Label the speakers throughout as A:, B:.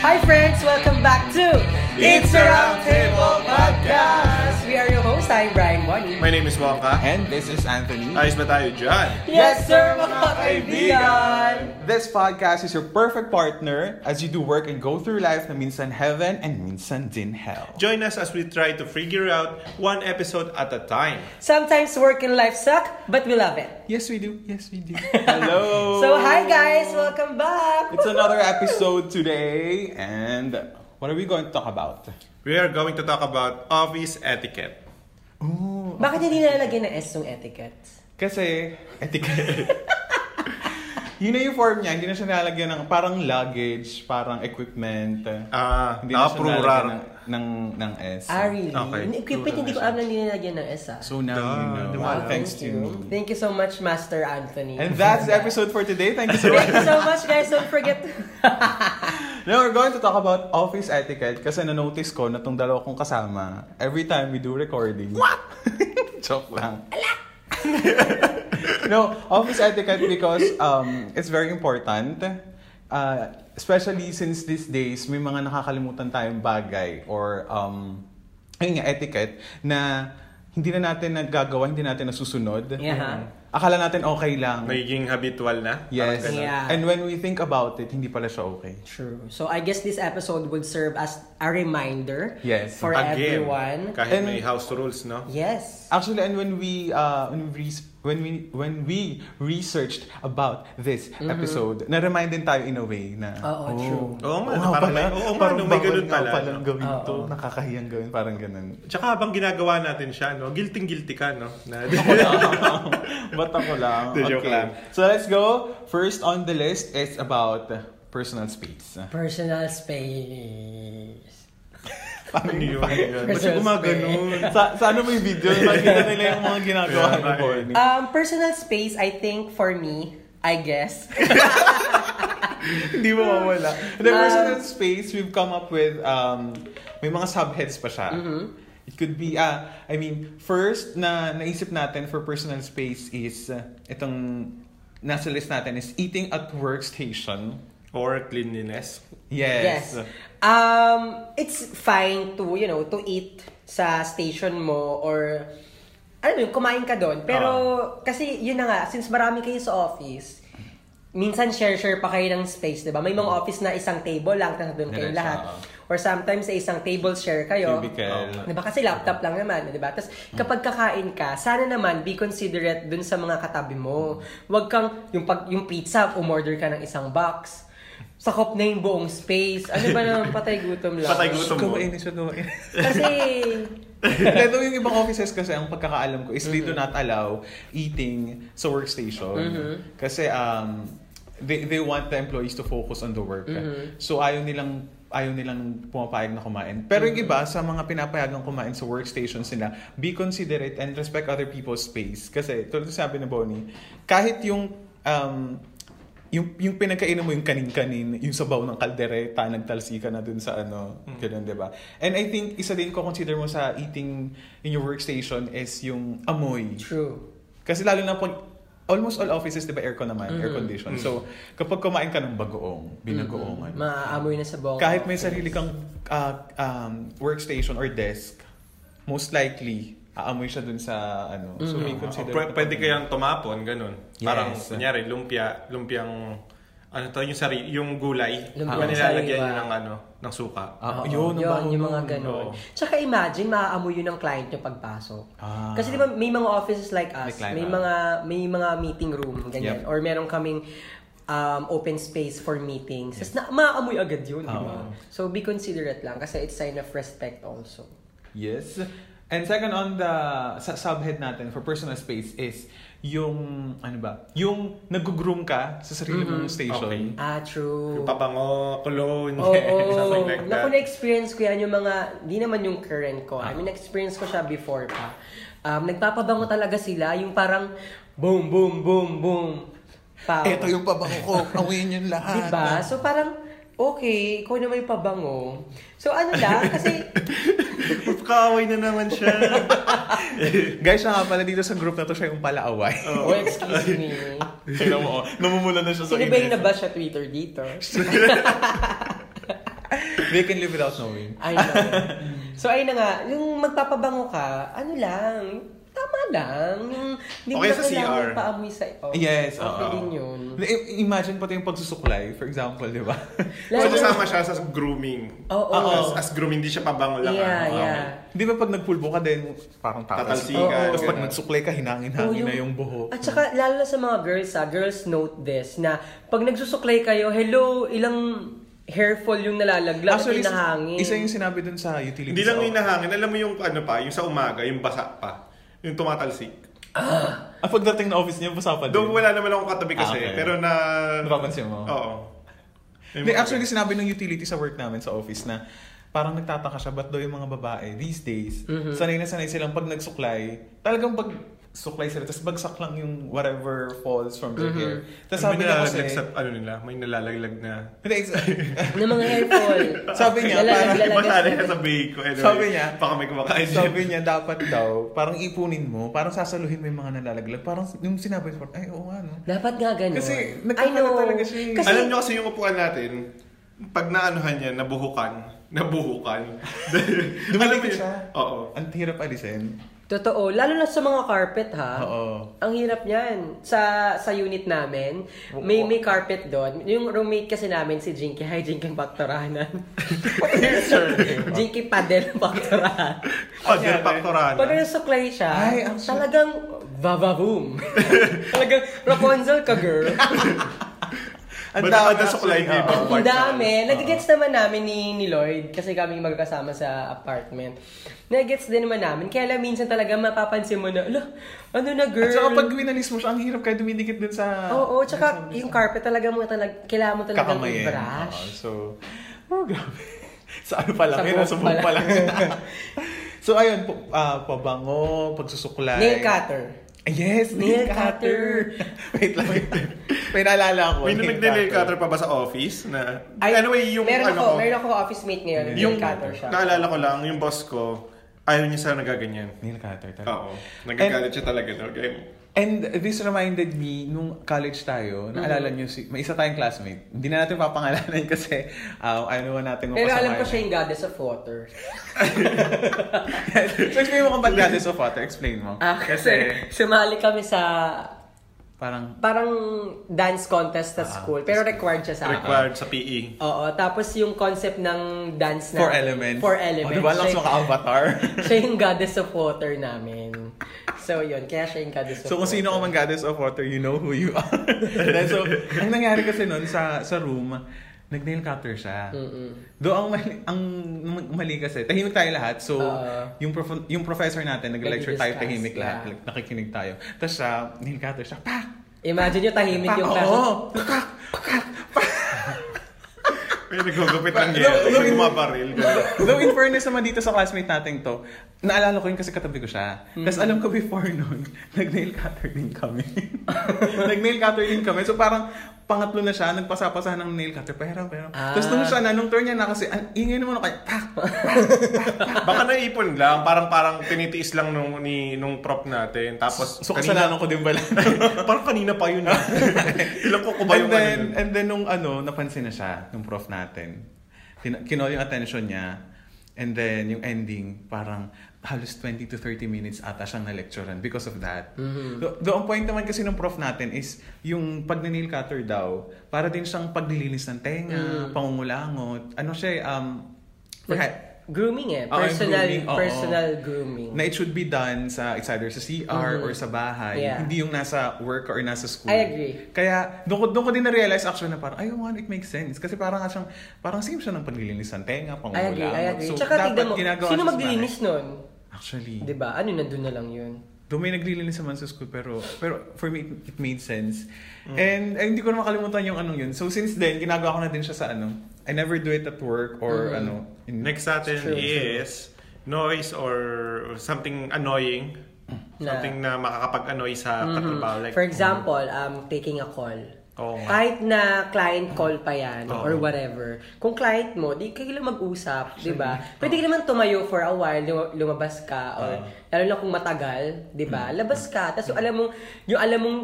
A: Hi friends, welcome back to
B: It's the Roundtable Podcast!
A: We are your hosts, I'm Brian Bonnie.
B: My name is Waka.
C: And this is Anthony.
B: Ayos ba tayo dyan?
A: Yes sir, mga kaibigan!
C: This podcast is your perfect partner as you do work and go through life na minsan heaven and minsan din hell.
B: Join us as we try to figure out one episode at a time.
A: Sometimes work and life suck, but we love it.
C: Yes, we do. Yes, we do. Hello.
A: So hi guys, welcome back!
C: Oh. It's another episode today and what are we going to talk about?
B: We are going to talk about office etiquette.
A: Bakit hindi nilalagay na S yung etiquette?
C: Kasi etiquette. yun na yung form niya, hindi na siya nalagyan ng parang luggage, parang equipment.
B: Ah,
C: hindi na siya
B: nakapururar.
C: nalagyan ng, ng, ng S.
A: Ah, really?
B: Okay.
A: Yung Equipment, hindi ko alam na nilalagay ng S ah.
C: So now you know.
B: Duh, wala.
C: Thanks to me.
A: Thank you so much, Master Anthony.
C: And that's the episode for today. Thank you so much.
A: Thank you so much guys, don't forget to...
C: Now we're going to talk about office etiquette kasi na-notice ko na tong dalawa kong kasama every time we do recording. What? Joke lang. no, office etiquette because um, it's very important. Uh, especially since these days, may mga nakakalimutan tayong bagay or um, ayun nga, etiquette na hindi na natin nagagawa, hindi natin nasusunod.
A: Yeah.
C: Akala natin okay lang.
B: Nagiging habitual na? Parang
C: Yes.
B: ganun.
A: Yeah.
C: And when we think about it, hindi pala siya okay.
A: True. So I guess this episode would serve as a reminder
C: Yes.
A: for
B: Again,
A: everyone.
B: kahit
C: And-
B: may house rules, no?
A: Yes.
C: Actually, and when we uh, when we res- when we when we researched about this episode, na-remind din tayo in a way na
A: Mm-hmm. Oo, true.
B: Oo nga,
C: oo
B: parang
C: pala,
B: may- oo nga,
C: parang
B: no, may
C: bawal
B: ganun
C: nga
B: pala, no?
C: gawin to,
A: Oo.
C: nakakahiyang gawin, parang ganun.
B: Tsaka habang ginagawa natin siya, no? Guilting-guilty ka, no? Na,
C: Ba't ako lang?
B: Hindi, joke lang.
C: So let's go. First on the list is about personal space.
A: Personal space.
B: ano yun? yun? Ba't siya
A: Personal
B: gumaganon?
C: sa, sa ano may video? Nakita nila yung mga ginagawa
B: Yeah,
C: ni
B: right.
C: Bonnie.
A: Um, personal space, I think for me, I guess.
C: Hindi mawawala. And the personal space, we've come up with, um, may mga subheads pa siya. It could be, ah, I mean, first na naisip natin for personal space is, uh, itong nasa list natin is eating at workstation.
B: Or cleanliness.
C: Yes.
A: yes. Um, it's fine to, you know, to eat sa station mo or alam mo, yun, kumain ka doon. Pero kasi yun na nga, since marami kayo sa office, minsan share-share pa kayo ng space, di ba? May mga office na isang table lang, tapos doon kayo
C: Mm. Diretso,
A: lahat.
C: oo.
A: Or sometimes sa isang table share kayo.
C: Cubicle.
A: Di ba? Kasi laptop lang naman, di ba? Tapos kapag kakain ka, sana naman be considerate dun sa mga katabi mo. Huwag kang, yung, pag, yung pizza, umorder ka ng isang box. Sakop na yung buong space. Ano ba naman, patay gutom lang.
B: Patay gutom. mo.
C: Kumain na siya, kumain.
A: Kasi,
C: eh, Ito yung ibang offices kasi ang pagkakaalam ko is they do not allow eating sa workstation. Kasi um, they, they want the employees to focus on the work. So ayaw nilang ayaw nilang pumapayag na kumain. Pero yung iba, sa mga pinapayagang kumain sa workstation sila, be considerate and respect other people's space. Kasi, tulad ng sabi ni Bonnie, kahit yung um, yung, yung pinagkainan mo yung kanin-kanin, yung sabaw ng kaldereta, nagtalsi ka na dun sa ano, ganun, di ba? And I think, isa din ko consider mo sa eating in your workstation is yung amoy.
A: true.
C: Kasi lalo na pag, almost all offices, di ba, aircon naman, air condition. So, kapag kumain ka ng bagoong, ano. binagoongan,
A: Maaamoy na sa buong
C: kahit may sarili kang ah, um, workstation or desk, most likely, aamoy siya dun sa ano. So,
A: Mm-hmm.
C: may consider.
B: O, pwe- pwede kayang tumapon, ganun. Parang,
C: Yes.
B: kunyari, lumpia, lumpiang, ano to, yung, sari, yung gulay.
A: Lumpia
B: Diba
A: ng
B: nilalagyan
A: sariwa.
B: nyo ng, ano, ng suka.
C: Ah,
A: Oo,
C: yun, ang baho
A: yung mga
C: nun.
A: ganun.
B: Oo.
A: Tsaka imagine, maaamoy yun ng client nyo pagpasok.
C: Ah.
A: Kasi di ba may mga offices like us,
C: Like
A: may
C: Lyra.
A: mga may mga meeting room, ganyan.
C: Yep.
A: Or meron kaming um, open space for meetings. Tapos na, maaamoy agad yun, di ba?
C: Oo.
A: So be considerate lang kasi it's sign of respect also.
C: Yes. And second on the sa subhead natin for personal space is yung ano ba? Yung nag-groom ka sa sarili mong station.
B: Okay.
A: Ah, true.
B: Yung pabango, cologne,
A: Oo,
B: something like that.
A: naku, na-experience ko yan yung mga, di naman yung current ko.
C: Ah.
A: I mean, na-experience ko siya before pa. Um, nagpapabango talaga sila, yung parang boom, boom, boom, boom. Pow.
C: Ito yung pabango ko. Awin yun lahat.
A: Diba? So parang, okay, ikaw na may pabango. So ano lang, kasi,
B: Kaaway na naman siya.
C: Guys, siya nga pala dito sa group na to siya yung palaaway.
A: oh, excuse me.
C: Tignan mo, oh, namumula na siya sa
A: Sino ba yung
C: inis.
A: nabash sa Twitter dito?
C: They can live without knowing.
A: I know. so, ayun na nga. Yung magpapabango ka, ano lang, tama lang. Yung hindi mo na
B: Okay sa
A: kailangan
B: CR.
A: paamoy sa iyo.
C: Yes, oo.
A: Okay din Oh, yun.
C: I- Imagine pati yung pagsusuklay, for example, di ba?
A: Lalo-
B: So, kasama siya sa grooming. Ah,
A: Oo.
B: As, as grooming, di siya pabango lang.
A: Yeah,
B: ah.
A: yeah.
C: Di Um, ba pag nagpulbo ka din, parang tatas.
B: Tatalsikan.
A: Oo.
C: Tapos pag
B: ganun.
C: nagsuklay ka,
A: Oo,
C: hinangin-hangin na yung
A: Oh,
C: buho.
A: At saka, lalo na sa mga girls, ah, girls note this, na pag nagsusuklay kayo, hello, ilang hair fall yung nalalaglag
C: Actually,
A: at hinahangin.
C: isa yung sinabi dun sa utility.
B: Hindi lang
C: sa-
B: yung hinahangin. Alam mo yung ano pa, yung sa umaga, yung basa pa. Yung tumatalsik.
C: Ah, pagdating na office niya, basa pa din.
B: Doon wala naman akong katabi kasi.
C: Ah, okay.
B: Pero na...
C: Napapansin
B: Oo.
C: mo?
B: Yung
C: Hindi,
B: Oh, mga-
C: actually, sinabi ng utility sa work namin sa office na parang nagtataka siya, ba't daw yung mga babae these days,
A: Mm-hmm.
C: sanay na sanay silang pag nagsuklay, talagang pag suklay sila, tapos bagsak lang yung whatever falls from their
A: Mm-hmm.
C: hair.
B: may
C: Tapos sabi niya kasi,
B: nalalaglag sa ano nila, may nalalaglag na.
C: Hindi, ex-
A: ng mga hair fall.
C: Sabi niya,
A: Lalag-
C: parang-
A: lalag-
B: Iba sana yung sabihin ko. Anyway,
C: Sabi niya,
B: Baka may kumakain.
C: sabi niya, dapat daw, parang ipunin mo, parang sasaluhin mo yung mga nalalaglag. Parang yung sinabi niya, ay, oo nga, no?
A: Dapat nga ganun.
C: Kasi
A: I
C: nagkakala
A: know.
C: talaga siya eh.
A: Kasi,
B: Alam niyo kasi yung upuan natin, pag naanohan niya, nabuhukan. Nabuhukan. Alam mo
C: Dumalikit
B: yun?
C: siya.
B: Oo.
C: Ang hirap alisin.
A: Totoo, lalo na sa mga carpet ha.
C: Oo.
A: Ang hirap niyan. Sa sa unit namin, may may carpet doon. Yung roommate kasi namin si Jinky, hi Jinky Paktoranan. Jinky Padel Paktorahan.
B: Father
C: Ano
B: Pactorana.
A: Pag nasuklay siya,
C: Ay, ang su-
A: talagang bababoom. talagang Rapunzel ka, girl.
C: Ang
B: Ba't
C: dami,
B: nakadasuklay niya
C: actually,
B: ibang
C: oo.
B: part
A: Ang
B: na- ano.
A: dami. Nagigets naman namin ni, ni Lloyd kasi kami magkasama sa apartment. Nagigets din naman namin. Kaya lang minsan talaga mapapansin mo na, ala, ano na girl?
C: At saka pag winalis mo siya, ang hirap kaya dumidikit dun sa...
A: Oo, tsaka yung carpet talaga mo talaga, kailangan mo talaga
C: kakamayin.
A: i-brush.
C: Oo, so, oh, grabe. sa ano pa
A: Sa
C: lang, yun,
A: buhok
C: nasa buhok
A: pa
C: pa lang. so, ayun, pa- ah, pabango, pagsusuklay.
A: Nail cutter.
C: Ah, Yes,
A: Nail
C: nail, cutter. Wait lang. May naalala ko.
B: May nagnanil cutter pa ba sa office? Na,
A: Ay,
B: anyway, yung
A: meron
B: ano
A: ako,
B: ko,
A: meron ako office mate ngayon,
B: yung
A: nail cutter siya.
B: naalala ko lang, yung boss ko, ayaw niya sana nagaganyan.
C: Nail cutter
B: Oo.
C: talaga.
B: Nagagalit siya talaga. No? Okay.
C: And this reminded me, nung college tayo,
A: Mm-hmm.
C: naalala niyo, si, may isa tayong classmate. Hindi na natin papangalanan kasi um, ayaw naman natin
A: Pero alam ko
C: mapasama
A: siya
B: eh.
A: yung goddess of water.
C: so explain mo kung ba't goddess of water. Explain mo.
A: Ah, kasi sumali kami sa
C: parang
A: parang dance contest sa school. Pero required siya sa akin.
B: Ah, Required sa E. PE.
A: Oo, tapos yung concept ng dance na...
C: four elements.
A: Four elements.
C: O, diba lang
A: Siya-
C: sa maka-avatar?
A: siya yung goddess of water namin. So yun, kaya siya yung goddess of
C: So kung
A: water.
C: sino ka man goddess of water, you know who you are. Then, so, ang nangyari kasi noon sa sa room, nag-nail cutter siya. Do ang mali, ang mali kasi, tahimik tayo lahat. So
A: Oo.
C: yung prof- yung professor natin nag-lecture tayo
A: Nag-discuss,
C: tahimik lahat,
A: yeah.
C: like, nakikinig tayo. Tapos siya, nail cutter siya. Pak.
A: Imagine nyo, tahimik
C: Pak.
A: yung
C: Ah, Oo.
A: kaso.
C: Pak. Pak.
B: May nagugupit ng
C: No,
B: yelo.
C: no,
B: Yung bumabaril. ganun.
C: Though in fairness naman dito sa classmate natin to, naalala ko yun kasi katabi ko siya. Tapos alam ko before noon, nag-nail cutter din kami. nag-nail cutter din kami. So parang pangatlo na siya, nagpasa-pasa ng nail cutter. Pero, pero.
A: Ah.
C: Tapos nung siya na, nung turn niya na kasi, ang ingay naman ako, pak!
B: Baka naipon lang. Parang parang tinitiis lang nung, ni, nung prop natin. Tapos,
C: So
B: kanina,
C: kasalanan ko din pala.
B: parang kanina pa yun. ah. Ilang ko ko ba
C: and
B: yung ano
C: then,
B: kanina?
C: and then nung ano, napansin na siya, nung prof natin. Tin- Kinol yung attention niya. And then, yung ending, parang halos 20 to 30 minutes ata siyang na-lecturean because of that. Do, do, ang point naman kasi ng prof natin is, yung pag nail cutter daw, para din siyang paglilinis ng tenga, pangungulangot. Ano siya, eh, um, for
A: Like,
C: hi-
A: Grooming eh.
C: Oo, Ah, yung
A: Personal,
C: grooming, oo.
A: personal grooming.
C: na it should be done sa it's either sa CR or sa bahay.
A: Mm-hmm. Yeah.
C: Hindi yung nasa work or nasa school.
A: I agree.
C: Kaya doon ko, doon ko din na-realize actually na parang, ayun nga, it makes sense. Kasi parang nga siyang, parang same siya ng paglilinis ng
A: I
C: tenga, pangulang.
A: agree, I agree.
C: So,
A: Tsaka
C: dapat
A: tignan mo, sino
C: ginagawa siya sa
A: maglilinis nun?
C: bahay. Actually,
A: Diba? Ano, nandun na lang yun.
C: doon may naglilinis naman sa school pero pero for me it, it made sense.
A: Mm.
C: And eh, hindi ko na makalimutan yung anong yun. So since then ginagawa ko na din siya sa ano. I never do it at work or
A: Mm-hmm.
C: ano. in-
B: Next natin
A: True,
B: is noise or something annoying.
C: Hmm.
A: Na-
B: Something na makakapag-annoy sa
C: Mm-hmm.
B: katrabaho. Mm-hmm. Diba? Like,
A: For example, um, taking a call.
B: Oo nga.
A: Kahit na client call pa yan
B: Oo.
A: or whatever. Kung client mo, di kayo lang mag-usap, di ba? Pwede ka naman tumayo for a while, lum- lumabas ka or lalo na kung matagal, di ba?
B: Mm-hmm.
A: Labas ka. Tapos alam mo, diba? yung alam mong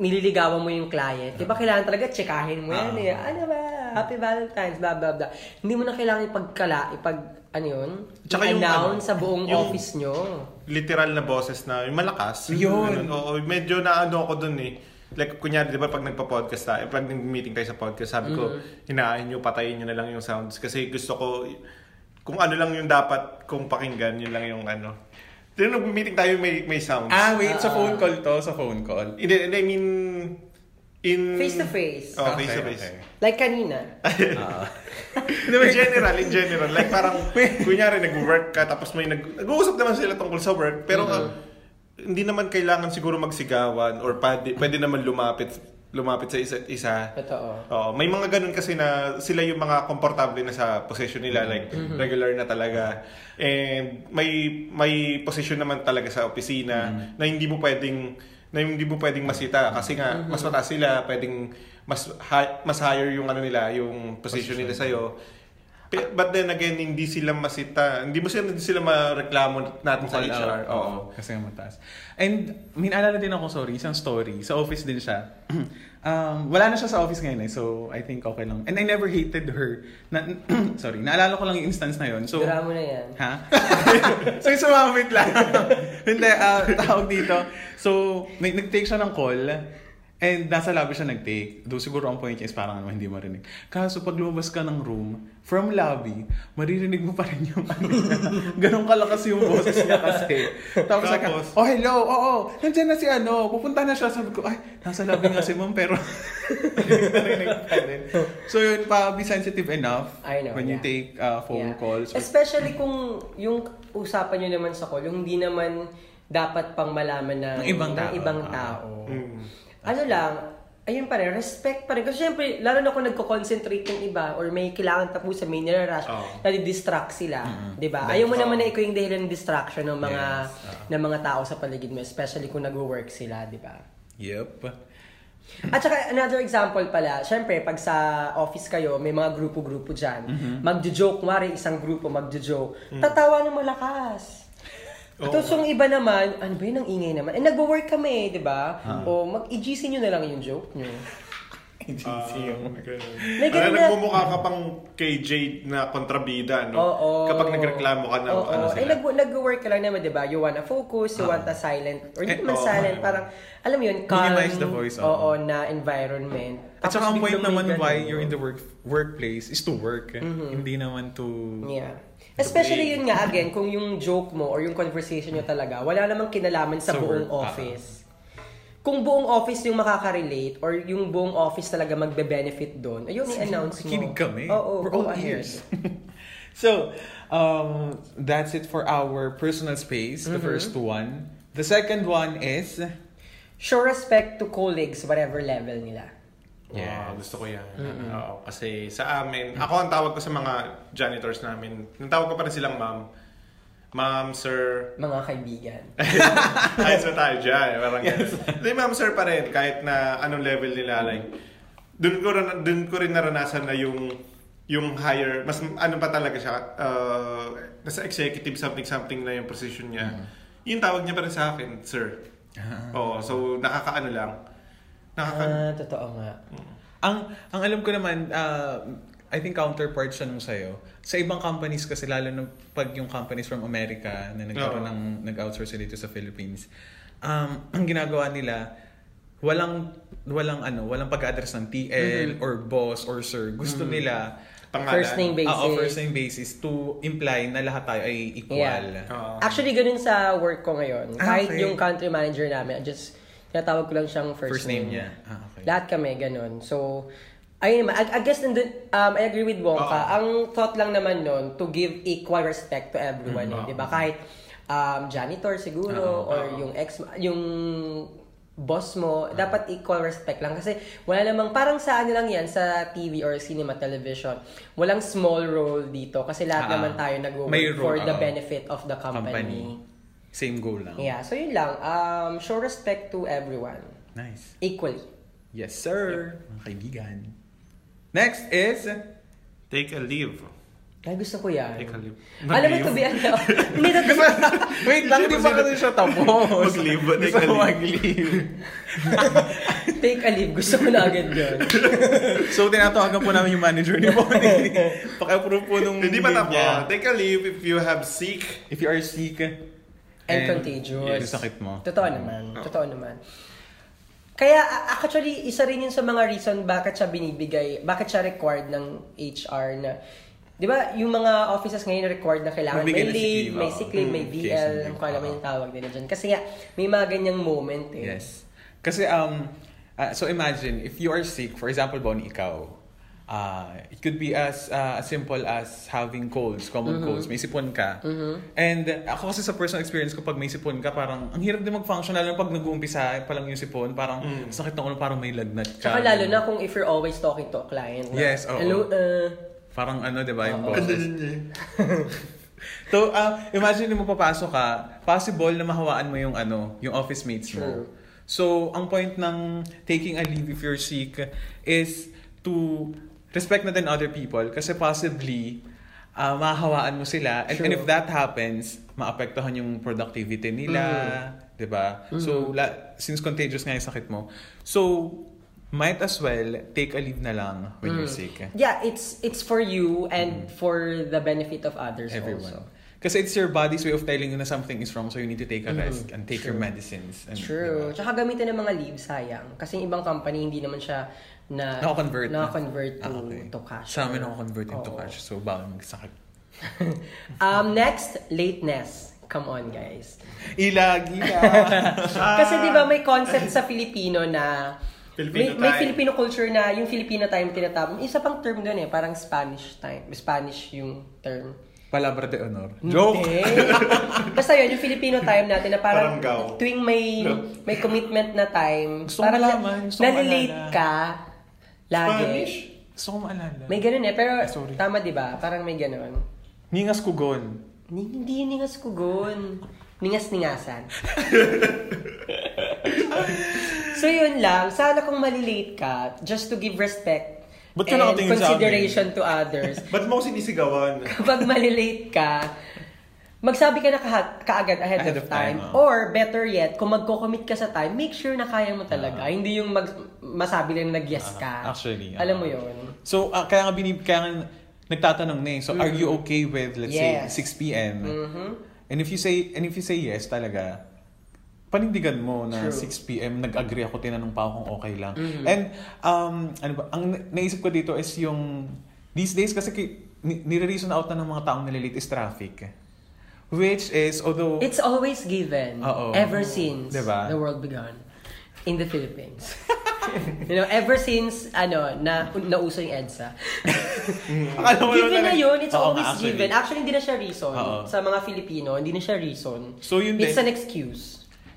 A: nililigawan mo yung client, di ba? Kailangan talaga tsekahin mo yan eh. Ano ba? Happy Valentine's, blah, blah, blah. Hindi mo na kailangan ipagkala, ipag, ano yun?
B: Tsaka yung
A: announce
B: ano,
A: sa buong
B: yung-
A: office nyo.
B: literal na boses na yung malakas.
C: Yun.
B: Ganun. Oo, medyo na ano ako dun eh. Like, kunyari, di ba, pag nagpa-podcast tayo, pag nag-meeting tayo sa podcast, sabi ko,
C: Mm-hmm.
B: hinaan nyo, patayin nyo na lang yung sounds. Kasi gusto ko, kung ano lang yung dapat kong pakinggan, yun lang yung ano. Di ba, nag-meeting tayo, may, may sounds.
C: Ah, wait, sa phone call to, sa phone call.
B: Hindi, hindi, I mean, in...
A: Face to face.
B: Oh, face to face.
C: Okay, okay.
A: Like kanina.
B: Ah. In general, in general. Like parang, kunyari, nag-work ka, tapos may nag- nag-uusap naman sila tungkol sa work, pero ah, hindi naman kailangan siguro magsigawan or pwede, pwede naman lumapit lumapit sa isa't isa.
A: Totoo.
B: Oo, may mga ganun kasi na sila yung mga komportable na sa position nila like regular na talaga. And may may position naman talaga sa opisina na hindi mo pwedeng na hindi mo pwedeng masita kasi nga mas mataas sila, pwedeng mas hi- mas higher yung ano nila, yung position, nila sa Pe- But then again, hindi sila masita. Hindi mo sila, hindi sila mareklamo natin sa HR. Oo.
C: Kasi nga mataas. And, minaalala din ako, sorry, isang story. Sa office din siya. um, wala na siya sa office ngayon eh, so I think okay lang. And I never hated her. Na, sorry, naalala ko lang yung instance na yon So,
A: Dura mo na yan.
C: Ha? so, sumamit lang. Hindi, ah, tawag dito. So, nag- nag-take siya ng call. And nasa lobby siya nag-take. Doon siguro ang point niya is parang ano, hindi marinig. Kaso pag lumabas ka ng room, from lobby, maririnig mo pa rin yung ano niya. Ganun kalakas yung boses niya kasi. Tapos, saka,
B: Tapos?
C: oh hello, oo, oh, nandiyan na si ano, pupunta na siya. Sabi ko, ay, nasa lobby nga si ma'am, pero narinig pa rin. So yun, pa be sensitive enough
A: I know,
C: when you
A: yeah.
C: take ah, phone
A: Yeah.
C: calls. or
A: Especially kung yung usapan nyo naman sa call, yung di naman dapat pang malaman ng,
C: Ng ibang tao.
A: ibang
C: Ah.
A: tao.
B: Mm.
A: Ano lang, ayun pa rin, respect pa rin. Kasi syempre, lalo na kung nagko-concentrate yung iba or may kailangan tapusin, may nilarash,
B: Oo.
C: Oh.
A: nadidistract sila. di ba? Ayaw mo naman na ikaw yung dahilan ng distraction ng mga
C: Ah.
A: ng mga tao sa paligid mo, especially kung nagwo-work sila, di ba?
C: Yep.
A: At saka another example pala, syempre pag sa office kayo, may mga grupo-grupo dyan.
C: Mm-hmm.
A: Magjo-joke, mare isang grupo
C: Mm.
A: magjo-joke. Tatawa ng malakas. Tapos yung iba naman, ano ba yun ang ingay naman? Eh, nagwo-work kami, di ba? O mag-EGC nyo na lang yung joke nyo. May
B: Ah, oh May
A: ganun na-
B: nagmumukha ka pang KJ na kontrabida, no?
A: Oo.
B: Kapag nagreklamo ka na,
A: Oo.
B: ano
A: Eh,
B: sila.
A: nag- nag-work ka lang naman, di ba? You wanna focus, you want a silent, or hindi
C: Eh,
A: naman
B: oo.
A: silent, parang, alam mo yun, calm,
C: Minimize the voice, oo.
A: oo, na environment.
C: At saka ang
A: Tapos
C: point
A: biglang may
C: naman why
A: ganun. Mm-hmm.
C: you're in the work workplace is to work. Hindi naman to...
A: Yeah. Especially yun nga again, kung yung joke mo or yung conversation nyo talaga, wala namang kinalaman sa
C: Sa
A: buong
C: work, ah.
A: office. Kung buong office yung makaka-relate or yung buong office talaga magbe-benefit doon, ayun, i-announce mo.
C: Kikinig kami.
A: Oo,
C: We're
A: go
C: all
A: ahead.
C: ears. so, um, that's it for our personal space,
A: Mm-hmm.
C: the first one. The second one is...
A: Show respect to colleagues, whatever level nila.
C: Yes.
B: Wow, Ah, gusto ko yan. Oo, kasi sa amin, ako ang tawag ko sa mga janitors namin, ang tawag ko pa rin silang ma'am. Ma'am, sir.
A: Mga kaibigan.
B: Ayos na tayo dyan. Parang yes. Hmm. Hindi, ma'am, sir pa rin. Kahit na anong level nila, like, dun ko, rin, dun ko rin naranasan na yung yung higher, mas ano pa talaga siya, uh, nasa executive something-something na yung position niya. Yung tawag niya pa rin sa akin, sir. Oo, so nakakaano lang. Nakaka-
A: Ah, totoo nga.
C: Ang ang alam ko naman, ah, I think counterpart siya nung sa'yo. Sa ibang companies kasi, lalo na pag yung companies from America na nagkaroon
B: Oo.
C: ng nag-outsource sila dito sa Philippines, um, ang ginagawa nila, walang walang ano, walang pag-address ng TL or boss or sir. Gusto nila
B: Pangalan.
A: First name basis.
C: ah, oh, first name basis to imply na lahat tayo ay equal.
A: Yeah.
B: Oo.
A: Actually, ganun sa work ko ngayon.
C: Ah,
A: Kahit
C: okay.
A: yung country manager namin, I just, tinatawag ko lang siyang first,
C: First name niya. Ah, okay.
A: Lahat kami, ganun. So, ayun naman. I, I guess, nandun, um, I agree with Wonka.
B: Oo.
A: Ang thought lang naman nun, to give equal respect to
C: Mm,
A: everyone. eh,
B: oo.
A: Di ba? Kahit um, janitor siguro,
C: Oo,
A: or
B: oo.
A: yung ex, yung boss mo,
C: Ah.
A: dapat equal respect lang. Kasi wala namang, parang sa ano lang yan, sa TV or cinema, television, walang small role dito. Kasi lahat
C: Ah,
A: naman tayo nag-work
C: may
A: for
C: role,
A: the
C: oo.
A: benefit of the company.
C: Company. Same goal lang.
A: Yeah, so yun lang. Um, show respect to everyone.
C: Nice.
A: Equally.
C: Yes, sir. Mga kaibigan. Next is
B: Take a leave.
A: Ay, gusto ko yan.
B: Ikaw-
A: Alam mo, to be ano, hindi na
C: Wait lang, di ba ka rin siya tapos?
B: Mag-leave,
C: Gusto
B: take a
C: ko
B: leave.
C: mag-leave.
A: take a leave. Gusto ko na agad yun.
C: So, tinatawagan po namin yung manager ni Bonnie. Paki-approve po nung
B: Hindi pa
C: leave
B: tapos.
C: niya.
B: Take a leave if you have sick.
C: If you are sick,
A: And contagious.
C: Yung sakit mo.
A: Totoo naman. Totoo naman. Kaya a- actually, isa rin yun sa mga reason bakit siya binibigay, bakit siya required ng HR na, di ba, yung mga offices ngayon na required na kailangan
C: Magbigay
A: may
C: ng sick
A: leave,
C: leave,
A: may
C: oo.
A: sick leave, may
C: Mm,
A: VL,
C: case and
A: ang
C: leave,
A: kala mo
C: oo.
A: yung tawag nila dyan. Kasi nga, may mga ganyang moment eh.
C: Yes. Kasi, um, ah, so imagine, if you are sick, for example, Bonnie, ikaw, ah, it could be as ah, as simple as having colds, common
A: Mm-hmm.
C: colds, may sipon ka. And ako kasi sa personal experience ko, pag may sipon ka, parang ang hirap din mag-function, lalo na pag nag-uumpisa pa lang yung sipon, parang sakit ng ulo, parang may lagnat
A: Mm.
C: ka.
A: Tsaka lalo na kung if you're always talking to a client. na,
C: Yes, oo.
A: Hello, uh,
C: Parang ano, di ba, yung
A: Oo.
C: boses.
B: eh?
C: So, ah, imagine mo papasok ka, possible na mahawaan mo yung ano, yung office mates
A: True.
C: mo. So, ang point ng taking a leave if you're sick is to respect na din other people kasi possibly ah, mahawaan mo sila and, and
A: True.
C: if that happens, maapektuhan yung productivity nila,
A: Mm.
C: 'di ba? So,
A: Mm-hmm.
C: la- since contagious nga yung sakit mo. So, might as well take a leave na lang when
A: Mm.
C: you're sick.
A: yeah, it's it's for you and for the benefit of others also.
C: Mm-hmm. Everyone. Kasi it's your body's way of telling you na something is wrong so you need to take a rest and take your medicines. And,
A: Mm-hmm. True.
C: diba?
A: Tsaka gamitin ng mga leave, sayang. Kasi yung ibang company, hindi naman siya na...
C: Nakakonvert.
A: nakakonvert to,
C: Ah, okay.
A: to cash.
C: Sa amin nakakonvert into
A: Oo.
C: cash so bawal magsakit.
A: Um, next, lateness. Come on, guys.
C: Ilag, ilag.
B: Ah.
A: Kasi di ba may concept sa Filipino na... may,
B: Filipino
A: may
B: time.
A: Filipino culture na yung Filipino time tinatawag. Isa pang term doon eh, parang Spanish time. Spanish yung term.
C: Palabra de honor. Joke!
A: Hindi. Basta yun, yung Filipino time natin na parang
B: Parang gaw.
A: tuwing may may commitment na time,
C: Gusto ko
A: parang
C: malaman, gusto ko
A: nalilate
C: maalala.
A: ka lagi.
B: Spanish?
C: Gusto ko maalala.
A: May ganun eh, pero
C: Ah, sorry.
A: tama 'di ba? Parang may ganun.
C: Ningas kugon.
A: Ni- Hindi yun ningas kugon. Ningas-ningasan. so yun lang, sana kung malilate ka, just to give respect
C: Ba't ka
A: and
C: nakatingin sa akin?
A: consideration to others,
B: Ba't mo ako sinisigawan?
A: kapag malilate ka, magsabi ka na kaha- kaagad ahead,
C: Ahead
A: of,
C: of
A: time.
C: time, oo.
A: Or better yet, kung magko-commit ka sa time, make sure na kaya mo talaga. Hindi yung mag- masabi lang nag-yes ka.
C: Ah. Actually, ah. oo.
A: Alam mo yun.
C: So, ah, kaya nga binib, kaya nga nagtatanong na eh. So, are you okay with, let's
A: Mm. Yes. Mm.
C: say, 6 p.m.?
A: Mm-hmm.
C: And if you say, and if you say yes talaga, panindigan mo na
A: True.
C: 6 p.m. nag-agree ako, tinanong pa ako kung okay lang. And, um, ano ba, ang na- naisip ko dito is yung, these days kasi ki- ni- nire-reason out na ng mga taong nalilate is traffic. Which is, although,
A: It's always given.
C: Oo.
A: Ever since
C: Diba?
A: the world began. In the Philippines. you know, ever since, ano, na, nauso yung EDSA.
C: akala mo
A: Eh, given
C: naman-
A: na yun, it's
C: Oo,
A: always
C: actually.
A: given. Actually, hindi na siya reason.
C: Oo.
A: Sa mga Filipino, hindi na siya reason.
C: So, yun
A: It's
C: din.
A: an excuse.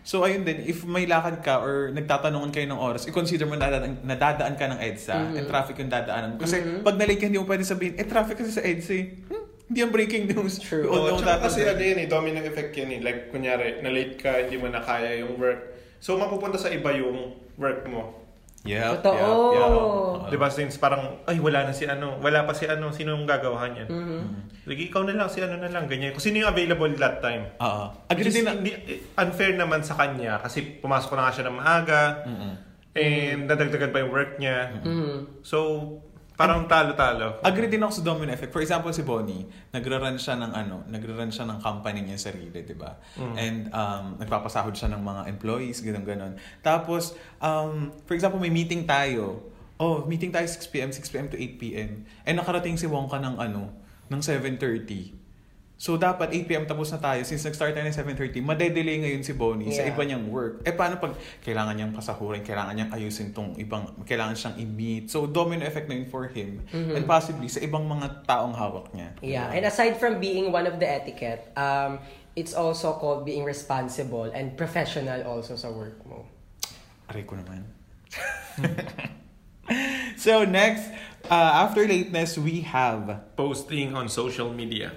C: So ayun din, if may lakad ka or nagtatanungan kayo ng oras, i-consider mo nadadaan, nadadaan ka ng EDSA
A: Mm-hmm.
C: and traffic yung dadaanan mo. Kasi pag nalate ka, hindi mo pwede sabihin, eh traffic kasi sa EDSA, eh. Hmm, hindi yan breaking news.
A: True.
C: We
B: Oo,
C: all know
B: tsaka
C: that
B: kasi ano
C: already.
B: yun eh, domino effect yun eh. Like, kunyari, na-late ka, hindi mo na kaya yung work. So, mapupunta sa iba yung work mo.
C: Yep,
A: Totoo.
C: yep, yep. Oo.
B: Di ba, since parang, ay, wala na si ano, wala pa si ano, sino yung gagawa niyan?
A: Mm-hmm.
C: Mm-hmm.
B: Like, ikaw na lang, si ano na lang, ganyan. Kung sino yung available that time.
C: Oo.
B: Which
C: Agree
B: is
C: din Uh-huh. na.
B: hindi, eh, unfair naman sa kanya kasi pumasok na nga siya ng maaga
C: Mm-hmm.
B: and nadagdagan pa yung work niya.
A: Mm-hmm.
B: So, parang talo-talo.
C: Agree din ako sa domino effect. For example, si Bonnie, nagra-run siya ng ano, nagra-run siya ng company niya sarili, 'di ba? And um nagpapasahod siya ng mga employees, ganun ganon Tapos um for example, may meeting tayo. Oh, meeting tayo 6 PM, 6 PM to 8 PM. And Eh, nakarating si Wongka ng ano, ng 7:30. So dapat 8 PM tapos na tayo since nag-start tayo ng 7:30. Madedelay ngayon si Bonnie sa
A: Yeah.
C: iba niyang work. Eh paano pag kailangan niyang pasahurin, kailangan niyang ayusin tong ibang kailangan siyang i-meet. So domino effect na yun for him and possibly sa ibang mga taong hawak niya.
A: Mm-hmm. Yeah, and aside from being one of the etiquette, um, it's also called being responsible and professional also sa work mo.
C: Aray ko naman. so next, uh, after lateness we have
B: Posting on social media.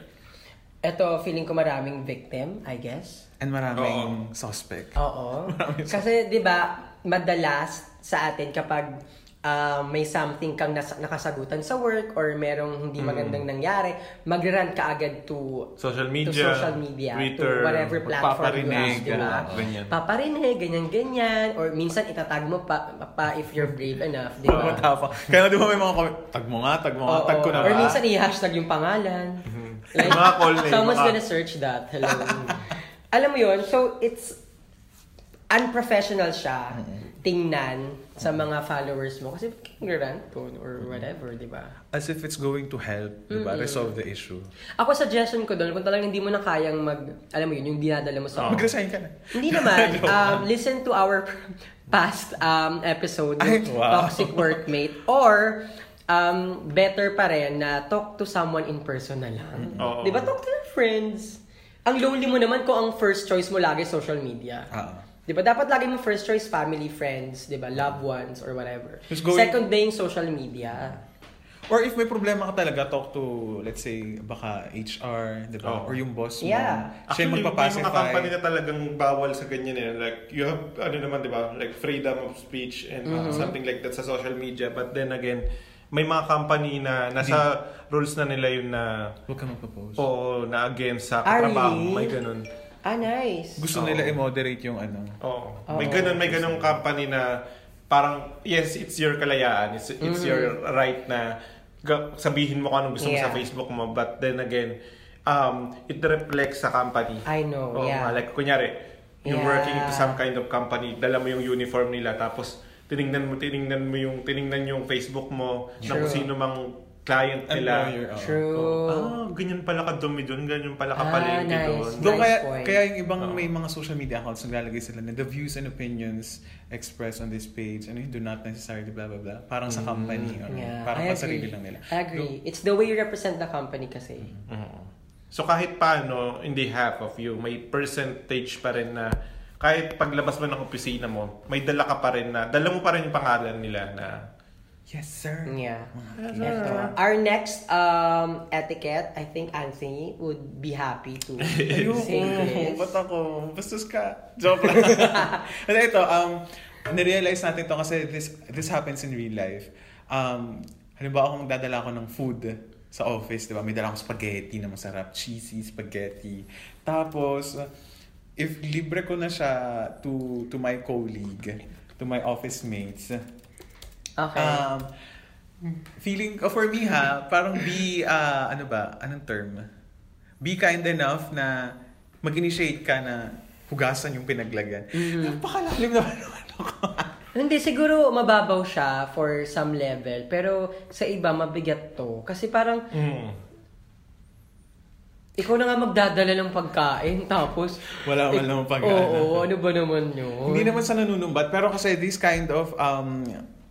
A: Ito, feeling ko maraming victim, I guess.
C: and maraming suspect.
A: Oo. Kasi 'di ba, madalas sa atin kapag ah, may something kang nas- nakasagutan sa work or merong
B: Mm.
A: hindi magandang nangyari, mag-rant ka agad to
B: Social
A: to
B: media,
A: social media,
B: Twitter,
A: to whatever platform you
C: magpaparinig,
A: use, di ba?
C: ganun,
B: ganyan.
A: Paparinig, ganyan-ganyan, or minsan itatag mo pa, pa if you're brave enough, di ba?
C: Matapa. Kaya di Ano ba may mga comment, tag mo nga, tag mo nga,
A: Oo.
C: tag ko na
A: Or
C: ba?
A: minsan i-hashtag yung pangalan.
B: Mm-hmm. Yung mga call name,
A: Someone's
B: mga-
A: gonna search that. Hello. Alam mo yun, so it's unprofessional siya tingnan sa mga followers mo kasi ignorant ko or whatever, di ba?
C: As if it's going to help, di ba? Resolve the issue.
A: Ako suggestion ko doon, kung talagang hindi mo na kayang mag, alam mo yun, yung dinadala mo sa...
C: Mag-resign ka na.
A: Hindi naman. um, listen to our past um, episode,
C: Ay,
A: yung
C: wow.
A: Toxic Workmate. Or, um, better pa rin na talk to someone in person na lang.
C: Mm-hmm.
B: Oo.
A: Di ba? Talk to your friends. Ang lonely mo naman kung ang first choice mo lagi social media.
C: Oo.
A: Di ba? Dapat lagi mo first choice family, friends, di ba? Loved ones or whatever.
C: Just going-
A: Second day yung social media.
C: Or if may problema ka talaga, talk to, let's say, baka HR, di
B: Oo.
C: ba? Or yung boss mo.
A: Yeah.
C: Siya yung
B: Actually, may mga company
C: magpapacify.
B: na talagang bawal sa ganyan eh. Like, you have, ano naman, di ba? Like, freedom of speech and uh,
C: Mm-hmm.
B: something like that sa social media. But then again, may mga company na nasa rules na nila yun na
C: Huwag ka magpapose.
B: o na against sa
A: Ah,
B: katrabaho.
A: really?
B: May ganun.
A: Ah, nice.
B: Oo.
C: Gusto nila i-moderate yung ano.
B: Oo. May
A: Oo.
B: ganun, may ganung company na parang, yes, it's your kalayaan. It's, it's your
C: Mm-hmm.
B: right na ga- sabihin mo kung anong gusto mo
A: Yeah.
B: sa Facebook mo. But then again, um, it reflects sa company.
A: I know,
B: Oo
A: yeah.
B: nga, like kunyari, you're
A: Yeah.
B: working to some kind of company, dala mo yung uniform nila, tapos tiningnan mo, tiningnan mo yung, tiningnan yung Facebook mo, na
A: True.
B: kung sino mang client
C: Ano
B: nila.
C: Employer, oo.
A: True.
B: Ah, ganyan pala kadumi doon, ganyan pala
A: Ah,
B: kapalengke
A: nice.
B: doon.
C: Doon
A: Nice
C: kaya,
A: point.
C: kaya yung ibang may mga social media accounts naglalagay sila na the views and opinions expressed on this page ano yung do not necessarily blah blah blah parang sa company ano,
A: Mm. Yeah,
C: parang
A: I
C: pang
A: agree.
C: sarili lang nila
A: I agree. It's the way you represent the company kasi.
B: So kahit paano, in the half of you, may percentage pa rin na kahit paglabas mo ng opisina mo, may dala ka pa rin na, dala mo pa rin yung pangalan nila na
C: yes sir
B: Mm.
A: Yeah.
B: Yeah.
A: Ito. Our next um, etiquette, I think Anthony would be happy to say
C: Ayoko,
A: this.
C: ba't ako? Bastos ka. Joke lang. At ito, um, narealize natin to kasi this this happens in real life. Um, halimbawa kung dadala ako ng food sa office, di ba? May dala akong spaghetti na masarap. Cheesy spaghetti. Tapos, if libre ko na siya to, to my colleague, to my office mates,
A: Okay.
C: um, feeling, oh, for me ha, parang be, ah, ano ba, anong term? Be kind enough na mag-initiate ka na hugasan yung pinaglagyan. Napakalalim naman naman ako.
A: Hindi, siguro mababaw siya for some level. Pero sa iba, mabigat to. Kasi parang, ikaw na nga magdadala ng pagkain, tapos...
C: Wala man lang pagkain.
A: Oo, ano ba naman yun?
C: Hindi naman sa nanunumbat, pero kasi this kind of um,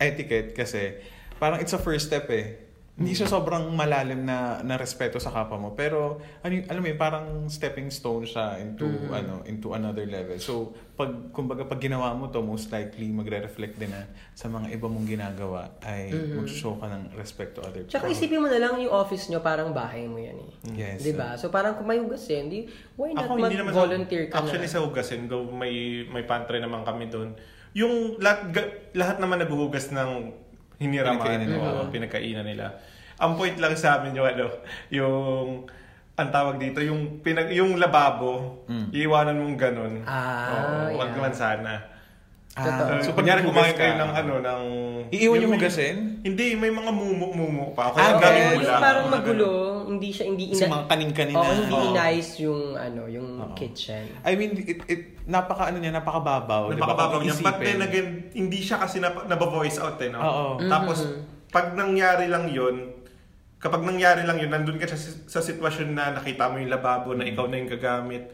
C: etiquette kasi, parang it's a first step eh. Hindi siya sobrang malalim na na respeto sa kapwa mo, pero ano, yun, alam mo yun, parang stepping stone siya into ano, into another level. So, pag kumbaga pag ginawa mo to, most likely magre-reflect din na sa mga iba mong ginagawa ay mag-show ka ng respect to other
A: Tsaka isipin mo na lang yung office nyo, parang bahay mo yan eh.
C: Yes.
A: Di ba? So parang kung may hugasin, di, why not
B: Ako hindi naman
A: mag-volunteer ka
B: sa, actually
A: na?
B: sa hugasin, though may may pantry naman kami doon. Yung lahat ga- lahat naman naghuhugas ng hiniraman
C: Pinagkainan
B: pinagkainan,
C: nila.
B: pinagkainan nila. Ang point lang sa amin yung ano, yung ang tawag dito, yung pinag yung lababo,
C: Hmm.
B: iiwanan mong ganun.
A: Ah,
B: Oo, wag
A: yeah.
B: naman sana.
A: Totoo.
B: so,
C: Ah, so
B: kunyari,
C: pag
B: kumain
C: hugas
B: kayo
C: ka,
B: ng ano, ng...
C: Iiwan yung hugasin?
B: Hindi, may mga mumu-mumu pa.
C: Ah,
B: Kaya
A: Oo,
C: ganun
B: gamit
A: yung
B: mo lang.
A: parang
B: Mga
A: magulo, hindi siya, hindi
C: Kasi mga kanin-kanina.
A: Oo, hindi
C: Oo.
A: inayos yung, ano, yung
C: Oo.
A: kitchen.
C: I mean, it, it, napaka ano niya, napakababaw. di ba?
B: Napakababaw
C: Kung
B: niya. But
C: iisipin.
B: then again, hindi siya kasi napa- nabavoice out eh, no?
C: Oo.
B: Tapos, pag nangyari lang yun, kapag nangyari lang yun, nandun ka sa, sa sitwasyon na nakita mo yung lababo na ikaw na yung gagamit,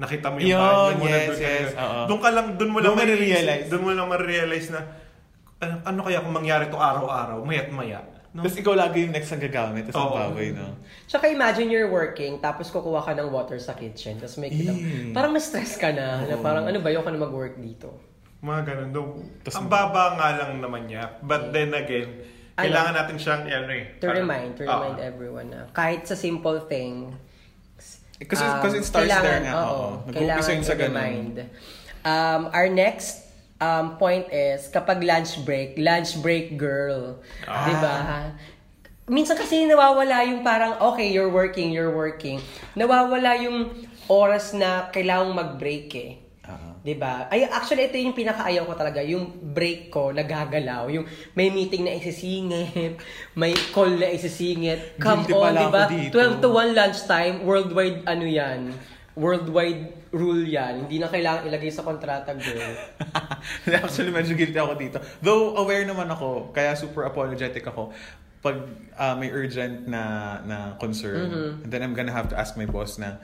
B: nakita mo yung
C: Yun,
B: banyo mo,
C: yes,
B: nandun ka
C: yes,
B: na-
C: oo.
B: Doon ka lang, doon mo lang
C: Doon mo
B: marirealize-
C: realize.
B: Doon mo lang ma-realize na, ano, ano kaya kung mangyari to araw-araw, maya't maya. No?
C: Tapos ikaw lagi yung next ang gagamit. Tapos ang
B: Oo.
C: baboy, no?
A: Tsaka imagine you're working, tapos kukuha ka ng water sa kitchen, tapos may kita,
C: Eh.
A: parang na-stress ka na, na parang ano ba, yung ka na mag-work dito.
B: Mga ganun. Though,
C: Tas-
B: ang baba nga lang naman niya. But then again,
A: Mm. Ano?
B: kailangan natin siyang ano eh.
A: To
B: parang-
A: remind, to
C: ah.
B: Oo.
A: remind everyone na kahit sa simple thing,
C: Eh, Kasi, kasi it starts
A: kailangan,
C: there nga.
A: oo,
C: Oo. Nag-uumpisa
A: kailangan
C: yun sa ganun.
A: i-remind. Um, our next um, point is, kapag lunch break, lunch break girl. Di ba? Minsan kasi nawawala yung parang, okay, you're working, you're working. Nawawala yung oras na kailangang mag-break eh. Di ba? Ay, actually, ito yung pinakaayaw ko talaga. Yung break ko, nagagalaw. Yung may meeting na isisingit, may call na isisingit. Come
C: Guilty
A: on,
C: pala
A: di ba?
C: ako dito.
A: 12 to 1 lunchtime, worldwide ano yan. Worldwide rule yan. Hindi na kailangan ilagay sa kontrata, girl.
C: Actually, medyo guilty ako dito. Though, aware naman ako, kaya super apologetic ako pag ah, may urgent na na concern.
A: Mm-hmm.
C: And then I'm gonna have to ask my boss na,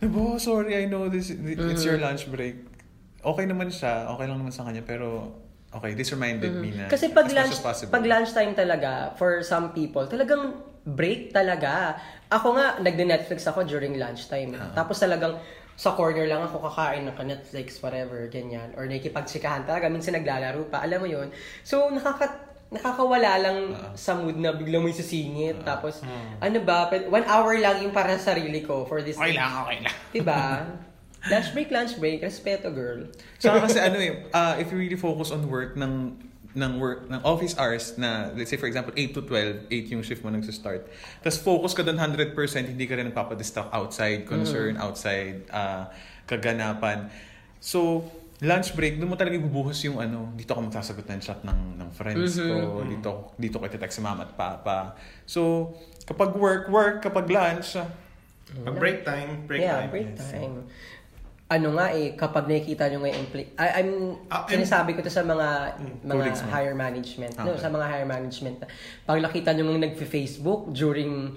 C: "Hey, boss, sorry, I know this, th- it's
A: Mm-hmm.
C: your lunch break. Okay naman siya, okay lang naman sa kanya, pero okay, this reminded me
A: Mm-hmm.
C: na
A: Kasi pag
C: as much
A: lunch,
C: as possible."
A: pag lunchtime talaga, for some people, talagang break talaga. Ako nga, nagde-Netflix ako during lunchtime. eh.
C: Ah.
A: Tapos talagang sa corner lang ako kakain ng Netflix, whatever, ganyan. Or nakikipagsikahan talaga. Minsan naglalaro pa. Alam mo yon So, nakaka nakakawala lang
C: Ah.
A: sa mood na biglang may sisingit. Tapos, ano ba, pe- one hour lang yung para sa sarili ko for this
C: Hmm. okay lang, okay lang.
A: Diba? lunch break, lunch break. Respeto, girl.
C: Tsaka kasi ano eh, ah, if you really focus on work ng ng work ng office hours na let's say for example 8 to 12 8 yung shift mo nagsa-start tapos focus ka doon 100% hindi ka rin nagpapadistract outside concern outside ah, kaganapan so lunch break doon mo talaga ibubuhos yung ano dito ako magsasagot ng chat ng ng friends ko dito dito ko itetext si mama at papa so kapag work work kapag lunch ah,
B: Pag break time, break
A: yeah,
B: time.
A: break time. Ano nga eh, kapag nakikita nyo ngayon, impli- I, I'm,
B: Ah, and-
A: sinasabi ko to sa mga, mga
C: Mm, colleagues mo.
A: higher management. No,
C: Okay.
A: sa mga higher management. na Pag nakita nyo yung nagfe-Facebook during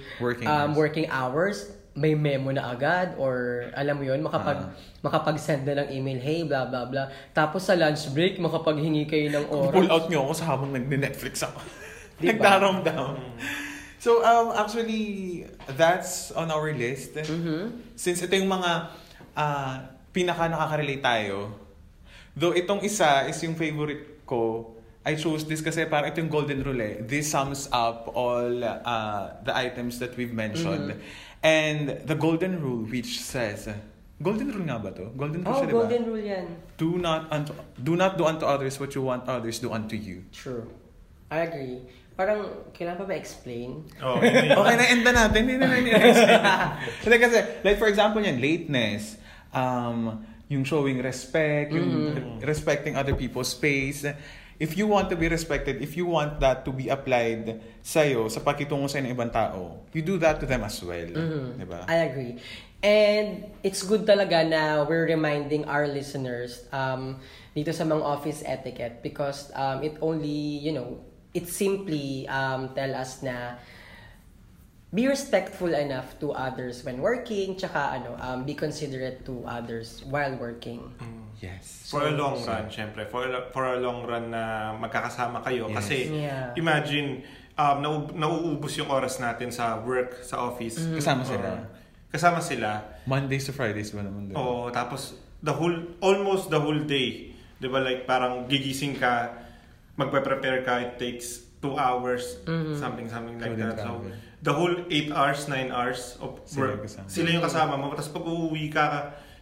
A: um,
C: Working hours.
A: working hours, may memo na agad or alam mo yon makapag
C: Ah.
A: makapag-send na ng email hey blah blah blah tapos sa lunch break makapaghingi kayo ng oras
C: Pull out nyo ako sa habang nagne-Netflix ako.
A: Di ba?
C: Nagdaramdam. So, um, actually, that's on our list. Since ito yung mga ah, pinaka nakaka-relate tayo. Though itong isa is yung favorite ko. I chose this kasi parang ito yung golden rule eh. This sums up all ah, the items that we've mentioned. And the golden rule which says, golden rule nga ba to? Golden rule
A: oh
C: siya, di ba?
A: golden rule yan
C: Do not unto, do not do unto others what you want others do unto you.
A: true I agree parang kailangan pa ba explain
B: Oh, yun na yun.
C: Okay, na-end na natin. Hindi na na na- Hindi kasi, like for example yan, lateness, um, yung showing respect, yung respecting other people's space. If you want to be respected, if you want that to be applied sa'yo, sa pakitungo sa'yo ng ibang tao, you do that to them as well. Diba? Di ba?
A: I agree. And it's good talaga na we're reminding our listeners um, dito sa mga office etiquette because um, it only, you know, it simply um, tell us na be respectful enough to others when working, tsaka ano, um, be considerate to others while working.
C: Yes.
B: For a long run, syempre. For a, for a long run na magkakasama kayo.
C: Yes.
B: Kasi,
A: Yeah.
B: imagine, um, nau- nauubos yung oras natin sa work, sa office.
C: Mm-hmm. Kasama
B: Or-
C: sila.
B: Kasama sila.
C: Mondays to Fridays ba naman? di ba?
B: Oo, tapos the whole, almost the whole day, di ba like parang gigising ka, magpe-prepare ka, it takes two hours, something, something like
C: Including
B: that. So,
C: travel.
B: the whole 8 hours, 9 hours of
C: Sila
B: work,
C: yung kasama.
B: sila yung kasama mo. Tapos pag uuwi ka,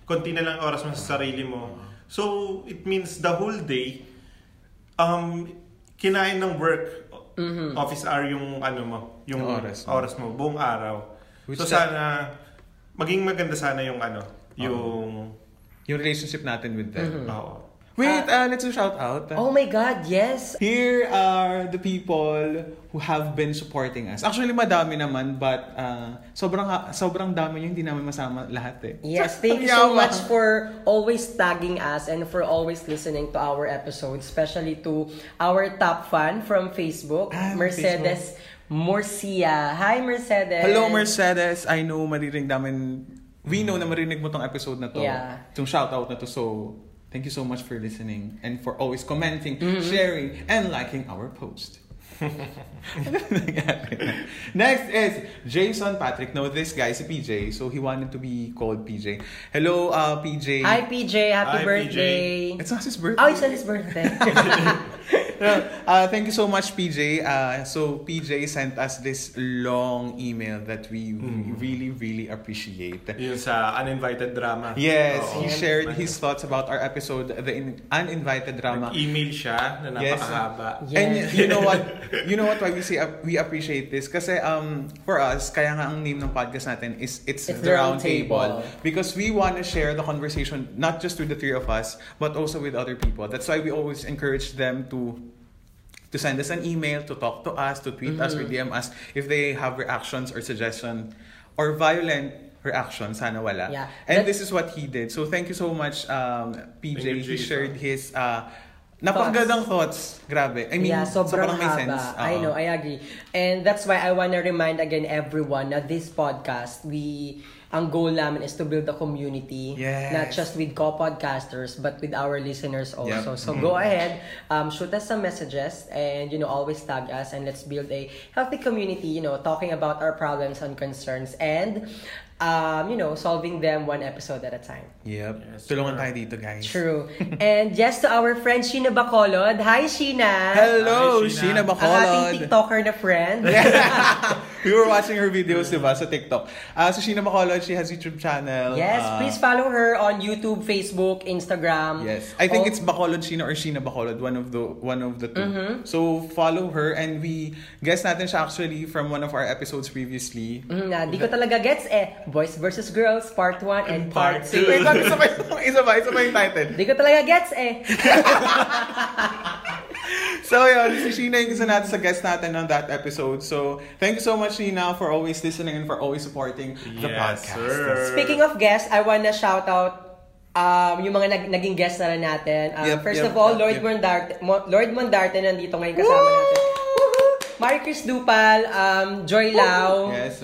B: konti na lang oras mo sa sarili mo. So, it means the whole day, um, kinain ng work, office hour yung ano mo, yung
C: Yung oras mo.
B: oras mo, buong araw. so,
C: Which that-
B: sana, maging maganda sana yung ano, yung...
C: Yung relationship natin with them.
B: Oo.
C: Wait, uh, let's do shout out.
A: Oh my God, yes!
C: Here are the people who have been supporting us. Actually, madami naman, but uh, sobrang sobrang dami yung hindi namin masama lahat eh.
A: Yes, thank you so much for always tagging us and for always listening to our episodes, especially to our top fan from Facebook,
C: Ah, from
A: Mercedes Morcia. Hi, Mercedes.
C: Hello, Mercedes. I know maririnig namin, we know na marinig mo tong episode na to.
A: Mm. Yeah.
C: Itong shoutout na to. So, thank you so much for listening and for always commenting,
A: Mm-hmm.
C: sharing, and liking our post. Ano nangyari na? Next is Jason Patrick. Now, this guy si PJ. So, he wanted to be called PJ. Hello, uh, PJ.
A: Hi, Oh, PJ. Happy
B: Hi,
A: birthday.
C: It's not his birthday.
A: Oh, it's on his birthday.
C: uh, thank you so much, PJ. Uh, so PJ sent us this long email that we
A: Mm-hmm.
C: really, really appreciate.
B: Yun sa uninvited drama.
C: Yes,
B: Oo.
C: he shared his thoughts about our episode, the in- uninvited drama.
B: Email siya na
C: Yes.
B: napakahaba.
A: Yes.
C: And y- you know what? You know what why we say ap- we appreciate this kasi um for us kaya nga ang name ng podcast natin is it's, the round table because we want to share the conversation not just with the three of us but also with other people. That's why we always encourage them to to send us an email, to talk to us, to tweet us, or DM us if they have reactions or suggestion or violent reactions sana wala.
A: Yeah.
C: And
A: That-
C: this is what he did. So thank you so much um PJ
B: Thank you,
C: he
B: Jason.
C: shared his uh Napakagandang thoughts. Grabe. I mean,
A: yeah, sobrang,
C: may
A: haba.
C: sense.
A: I
C: Oo.
A: know, I agree. And that's why I wanna remind again everyone na this podcast, we, ang goal namin is to build a community.
C: Yes.
A: Not just with co-podcasters, but with our listeners also.
C: Yep. Mm-hmm.
A: So go ahead, um, shoot us some messages and, you know, always tag us and let's build a healthy community, you know, talking about our problems and concerns and, um, you know, solving them one episode at a time.
C: Yep.
B: Yes,
C: Tulungan
B: sir.
C: tayo dito, guys.
A: True. and yes to our friend Sheena Bacolod. Hi, Sheena!
C: Hello,
B: Hi, Sheena.
C: Sheena
A: Ang ating
C: Bacolod.
A: TikToker na friend.
C: we were watching her videos, diba, sa TikTok. Ah, so, Sheena Bacolod, she has YouTube channel.
A: Yes,
C: Ah,
A: please follow her on YouTube, Facebook, Instagram.
C: Yes. I think
A: Oh, Mm-hmm.
C: it's Bacolod Sheena or Sheena Bacolod, one of the one of the 2 So, follow her and we guess natin siya actually from one of our episodes previously.
A: mm, na, di ko talaga gets eh. Boys versus Girls, Part 1 and Part
B: Part
A: 2.
C: Wait, lang, isa pa, isa pa, isa pa yung title.
A: Di ko talaga gets eh.
C: So yun, si Sheena yung isa natin sa guest natin on that episode. So, thank you so much, Sheena, for always listening and for always supporting the
B: Yes,
C: podcast.
B: sir.
A: Speaking of guests, I wanna shout out um, yung mga nag naging guests na rin natin. Um,
C: Yep,
A: first
C: yep,
A: of all,
C: yep,
A: Lord
C: yep.
A: Mondarte, Mo- Lord Mondarte nandito ngayon kasama natin. Woohoo! Marie Chris Dupal, um, Joy Lau,
C: Yes.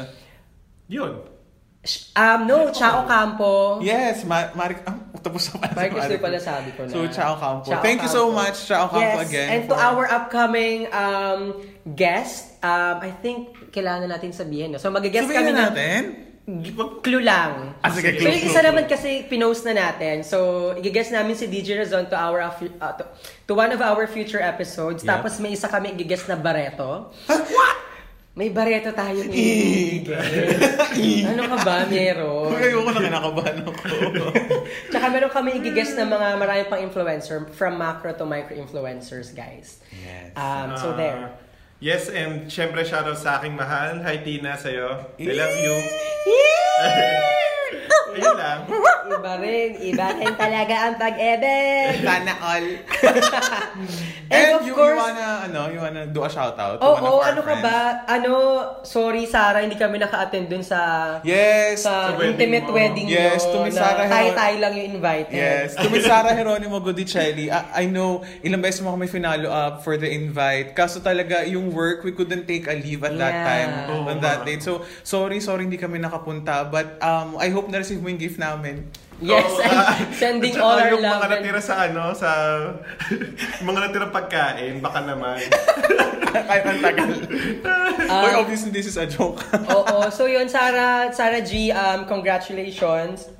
B: Yun.
A: sh- um, no, Chao Campo.
C: Yes, Ma- Marik, ah, tapos na pala si
A: Marcus
C: Marik.
A: Lupa na sabi ko na.
C: So, Chao Campo.
A: Chao
C: Thank you so
A: Campo.
C: much, Chao Campo,
A: yes.
C: again,
A: And to
C: for-
A: our upcoming um, guest, um, I think kailangan natin sabihin. No? So, mag-guest
C: Sabihin
A: kami
C: na
A: ng
C: natin.
A: clue lang.
C: Ah, sige,
A: so,
C: clue,
A: yung
C: clue,
A: isa
C: clue.
A: naman kasi pinost na natin. So, i-guess namin si DJ Razon to, our, af- uh, to, to one of our future episodes.
C: Yeah.
A: Tapos may isa kami i-guess na Barreto. What? May Barreto tayo i-guess. ano ka ba? Meron.
C: Huwag ayoko na kinakabahan ako.
A: Tsaka meron kami i-guess ng mga marami pang influencer from macro to micro influencers, guys.
C: yes.
A: Um, so
B: Ah,
A: there.
B: Yes, and syempre shoutout sa aking mahal. Hi Tina, sa'yo. I love you. Ayun lang.
A: Iba rin, iba rin talaga ang pag-ibig.
C: Sana all.
A: And
C: And,
A: of
C: you,
A: course-
C: you wanna, ano, you wanna do a shout out to
A: Oo,
C: one of our
A: ano ka
C: friends?
A: ba? Ano, sorry Sarah, hindi kami naka-attend dun sa
C: Yes.
A: sa
B: Sa wedding
A: intimate
B: mo.
A: wedding
C: Yes, to
A: nyo.
C: Miss
A: na
C: Sarah.
A: Tayo-tayo lang yung invited.
C: Yes. To Miss Sarah Heronimo Godicelli, I, I know ilang beses mo kami finalo up for the invite. Kaso talaga yung work, we couldn't take a leave at that
A: Yeah.
C: time
B: Oo,
C: on that
B: ma'am.
C: date. So, sorry, sorry hindi kami nakapunta. But um, I hope na-receive mo yung gift namin.
A: Yes,
B: Oo,
A: and
B: ah,
A: sending
B: at saka
A: all our
B: yung
A: love.
B: mga
A: and-
B: natira sa ano, sa mga natira pagkain, baka naman.
C: Kahit ang tagal. Boy, obviously this is a joke.
A: Oo. So yun, Sarah, Sarah G, um, congratulations.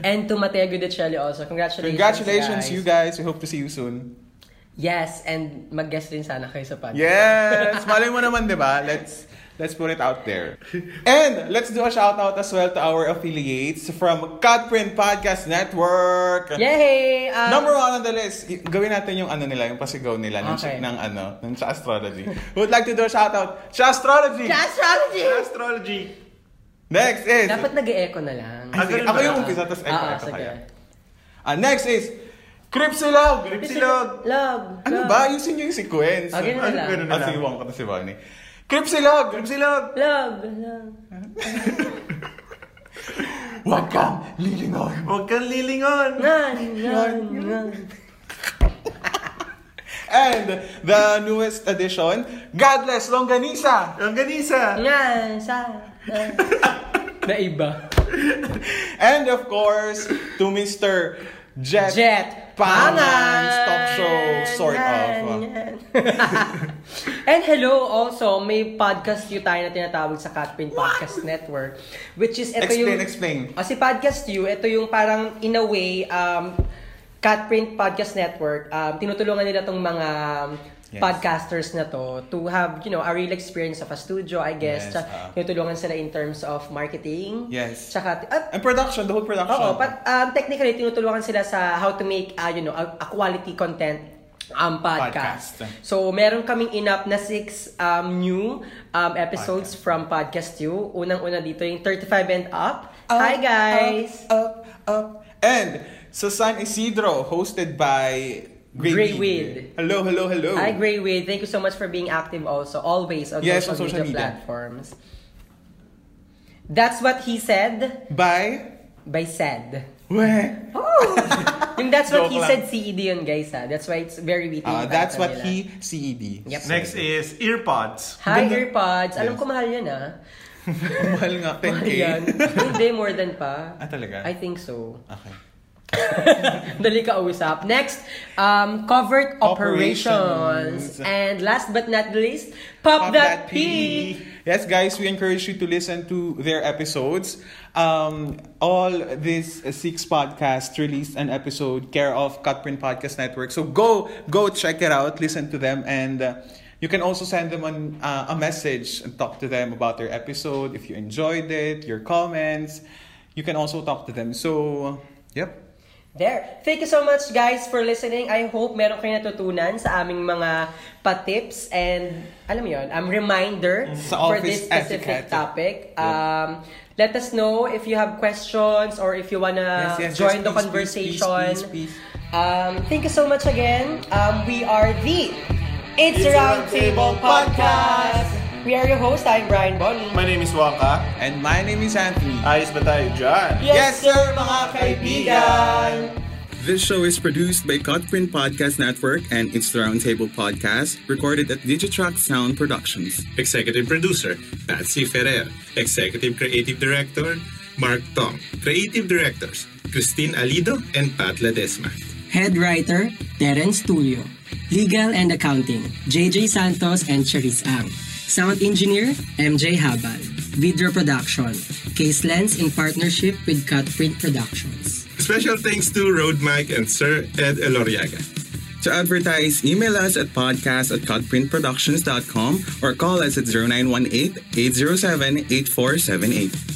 A: And to Mateo Gudicelli also, congratulations.
C: Congratulations you guys. We hope to see you soon.
A: Yes, and mag-guest rin sana kayo sa podcast.
C: Yes! Malay mo naman, di ba? Let's Let's put it out there. And let's do a shout out as well to our affiliates from Cutprint Podcast Network.
A: Yay! Um,
C: Number one on the list, y- gawin natin yung ano nila, yung pasigaw nila ng,
A: Okay.
C: ng ano, ng sa astrology. Who would like to do a shout out? Sa astrology!
A: Sa astrology!
B: Astrology.
C: Next is,
A: Dapat nag-e-echo na lang.
C: Ah, sige,
B: ganun
C: ako
B: ba?
C: yung umpisa, tapos echo,
A: Ah,
C: echo
A: sige.
C: kaya. Ah, next is, Cripsilog!
B: Cripsilog.
A: Log.
C: Ano
A: log,
C: ba? Ayusin nyo yung sequence.
A: Okay na
B: Ano
A: lang.
B: ganun?
C: Ah, sige, Wong ka to si Bonnie. Cripsilog! Cripsilog!
A: Log. Log.
C: Huwag kang lilingon!
B: Huwag kang lilingon.
A: Nan, nan, nan.
C: And the newest addition, Godless Longganisa!
B: Ang ganisa.
A: Nan, sa. nan. Na iba.
C: And of course, to Mr. Jet,
A: Jet
C: Pangan's talk show, sort
A: Yan,
C: of.
A: yan. And hello also, may podcast you tayo na tinatawag sa Catpin Podcast Network. Which is, ito
C: Explain,
A: yung...
C: explain.
A: O, si Podcast You, ito yung parang in a way, um, Catprint Podcast Network, um, tinutulungan nila tong mga
C: Yes.
A: podcasters na to to have, you know, a real experience of a studio, I guess.
C: Yes,
A: Tsaka,
C: ah.
A: yung tulungan sila in terms of marketing.
C: Yes.
A: Tsaka, at
C: And production, the whole production.
A: Oo, but um, technically, tinutulungan sila sa how to make, uh, you know, a, a quality content um, podcast.
C: Podcast.
A: So, meron kaming inap na six um, new um, episodes from Podcast U. Unang-una dito yung 35 and up.
C: Oh,
A: Hi, guys!
C: Up, up, up. And sa San Isidro, hosted by Grey,
A: Grey
C: Weed.
A: Weed.
C: Hello, hello, hello.
A: I agree with. Thank you so much for being active also, always on,
C: Yes,
A: social,
C: on social
A: media,
C: media.
A: platforms. That's what he said
C: By,
A: by said.
C: weh,
A: Yung that's what
C: Joke
A: he
C: lang.
A: said, CED yun, guys. Ha? That's why it's very witty.
C: Ah,
A: yung
C: that's
A: title
C: what
A: nila.
C: he, E CED.
A: Yep.
B: Next eh. is earpods.
A: Hi,
C: Ganda-
A: earpods. Alam
C: Yes.
A: ko mahal yan, ah.
C: Mahal nga, 10K.
A: Mahal yan. Hindi, more than pa.
C: Ah, talaga?
A: I think so.
C: Okay.
A: Dali ka usap. Next, um, covert operations.
C: Operations.
A: And last but not least, Pop, That, P.
C: Yes, guys, we encourage you to listen to their episodes. Um, all these six podcasts released an episode care of Cutprint Podcast Network. So go, go check it out, listen to them, and uh, you can also send them an, uh, a message and talk to them about their episode if you enjoyed it, your comments. You can also talk to them. So, yep.
A: There. Thank you so much, guys, for listening. I hope meron kayo natutunan sa aming mga pa-tips and, alam mo yun, um, reminder
C: Mm. Sa
A: for
C: office
A: this specific
C: etiquette.
A: topic. Um, Let us know if you have questions or if you wanna
C: Yes, yes, yes,
A: Uh, join the
C: please, please,
A: conversation.
C: please, please, please.
A: Um, thank you so much again. Um, we are the It's,
B: It's
A: Roundtable
B: Roundtable
A: Podcast. We are your host. I'm Brian Bonnie.
B: My name is Wangka.
C: And my name is Anthony.
B: Ayos ba tayo dyan?
C: Yes, sir, mga kaibigan! This show is produced by Cutprint Podcast Network and its Roundtable Podcast, recorded at Digitrack Sound Productions.
D: Executive Producer, Patsy Ferrer. Executive Creative Director, Mark Tong. Creative Directors, Christine Alido and Pat Ledesma.
E: Head writer, Terence Tulio. Legal and Accounting, JJ Santos and Cherise Ang. Sound engineer, MJ Habal. Video production, Case Lens in partnership with Cutprint Productions.
D: Special thanks to Road Mike and Sir Ed Eloriaga.
F: To advertise, email us at podcast at cutprintproductions.com or call us at 0918-807-8478.